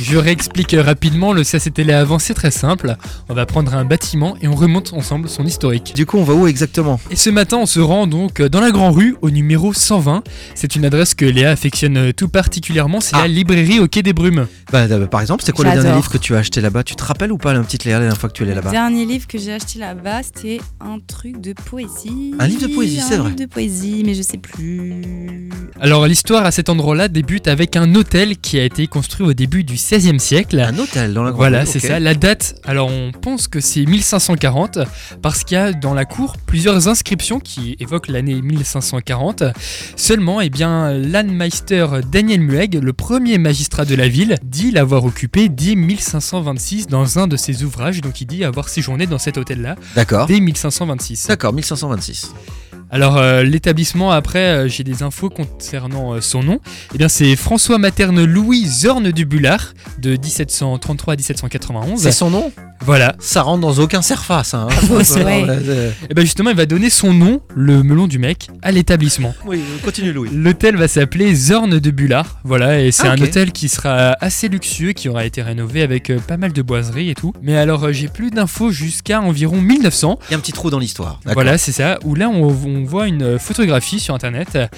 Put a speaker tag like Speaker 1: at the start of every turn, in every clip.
Speaker 1: Je réexplique rapidement, le CACTL avant c'est très simple. On va prendre un bâtiment et on remonte ensemble son historique.
Speaker 2: Du coup, on va où exactement
Speaker 1: Et ce matin, on se rend donc dans la Grand Rue au numéro 120. C'est une adresse que Léa affectionne tout particulièrement, c'est
Speaker 2: Ah.
Speaker 1: la librairie au Quai des Brumes.
Speaker 2: bah, euh, Par exemple, c'est quoi le
Speaker 3: J'adore.
Speaker 2: dernier livre que tu as acheté là-bas Tu te rappelles ou pas, la petite Léa, la dernière fois que tu allais
Speaker 3: Le
Speaker 2: là-bas
Speaker 3: dernier livre que j'ai acheté là-bas, c'était un truc de poésie.
Speaker 2: Un livre de poésie, c'est vrai.
Speaker 3: Un livre de poésie, mais je sais plus.
Speaker 1: Alors l'histoire à cet endroit-là débute avec un hôtel qui a été construit au début du XVIe siècle.
Speaker 2: Un hôtel dans la grande
Speaker 1: Voilà,
Speaker 2: rue,
Speaker 1: c'est
Speaker 2: ok.
Speaker 1: ça. La date, alors on pense que c'est 1540 parce qu'il y a dans la cour plusieurs inscriptions qui évoquent l'année 1540. Seulement, eh bien, l'Annmeister Daniel Mueg, le premier magistrat de la ville, dit l'avoir occupé dès 1526 dans un de ses ouvrages. Donc il dit avoir séjourné dans cet hôtel-là
Speaker 2: D'accord.
Speaker 1: dès 1526.
Speaker 2: D'accord, 1526.
Speaker 1: Alors euh, l'établissement après euh, j'ai des infos concernant euh, son nom. Eh bien c'est François Materne Louis Zorne du Bullard de 1733 à 1791.
Speaker 2: C'est son nom
Speaker 1: Voilà.
Speaker 2: Ça rentre dans aucun serfa, ça. hein.
Speaker 3: Ouais, c'est vrai.
Speaker 2: Ouais, c'est-
Speaker 1: Et ben justement, il va donner son nom, le melon du mec, à l'établissement.
Speaker 2: Oui, euh, continue, Louis.
Speaker 1: L'hôtel va s'appeler Zorn de Bullard. Voilà, et c'est
Speaker 2: Ah,
Speaker 1: un
Speaker 2: ok.
Speaker 1: hôtel qui sera assez luxueux, qui aura été rénové avec euh, pas mal de boiseries et tout. Mais alors, euh, j'ai plus d'infos jusqu'à environ 1900.
Speaker 2: Il y a un petit trou dans l'histoire. D'accord.
Speaker 1: Voilà, c'est ça. Où là, on, on voit une euh, photographie sur internet euh,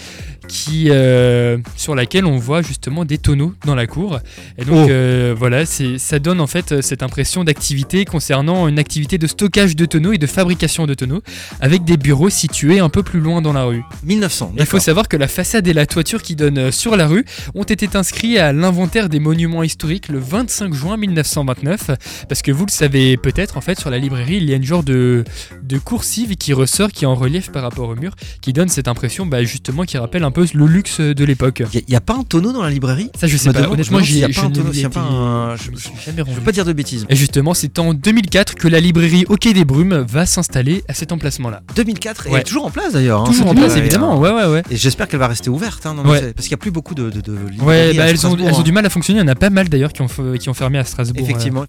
Speaker 1: qui, euh, sur laquelle on voit justement des tonneaux dans la cour. Et donc,
Speaker 2: Oh.
Speaker 1: euh, voilà, c'est- ça donne en fait euh, cette impression d'activité concernant une activité de stockage de tonneaux et de fabrication de tonneaux avec des bureaux situés un peu plus loin dans la rue.
Speaker 2: 1900.
Speaker 1: Il faut
Speaker 2: d'accord.
Speaker 1: savoir que la façade et la toiture qui donnent euh, sur la rue ont été inscrits à l'inventaire des monuments historiques le 25 juin 1929. Parce que vous le savez peut-être, en fait, sur la librairie, il y a une genre de, de coursive qui ressort, qui est en relief par rapport au mur, qui donne cette impression, bah, justement, qui rappelle un peu le luxe de l'époque.
Speaker 2: Il n'y a, pas un tonneau dans la librairie
Speaker 1: Ça, je
Speaker 2: Je
Speaker 1: sais
Speaker 2: me
Speaker 1: pas.
Speaker 2: demande-
Speaker 1: Honnêtement,
Speaker 2: je me demande s'il
Speaker 1: j'y
Speaker 2: y a
Speaker 1: ai-
Speaker 2: pas
Speaker 1: je
Speaker 2: un
Speaker 1: n'y
Speaker 2: tonneau, s'il y a
Speaker 1: étais-
Speaker 2: pas un-
Speaker 1: je
Speaker 2: je-
Speaker 1: m'y suis jamais
Speaker 2: Je
Speaker 1: rendu.
Speaker 2: veux pas dire de bêtises.
Speaker 1: Et justement, c'est en 2004 que la librairie Au Quai des Brumes va s'installer à cet emplacement-là.
Speaker 2: 2004, et
Speaker 1: Ouais.
Speaker 2: elle est toujours en place d'ailleurs. hein,
Speaker 1: Toujours
Speaker 2: cette
Speaker 1: en place,
Speaker 2: librairie,
Speaker 1: évidemment.
Speaker 2: hein.
Speaker 1: Ouais, ouais, ouais.
Speaker 2: Et j'espère qu'elle va rester ouverte, hein, non, mais
Speaker 1: Ouais.
Speaker 2: c'est- parce qu'il n'y a plus beaucoup de, de, de librairies
Speaker 1: Ouais, bah,
Speaker 2: à
Speaker 1: elles, ont,
Speaker 2: Strasbourg,
Speaker 1: elles ont
Speaker 2: hein.
Speaker 1: du mal à fonctionner. Il y en a pas mal d'ailleurs qui ont, f- qui ont fermé à Strasbourg. euh,
Speaker 2: Effectivement.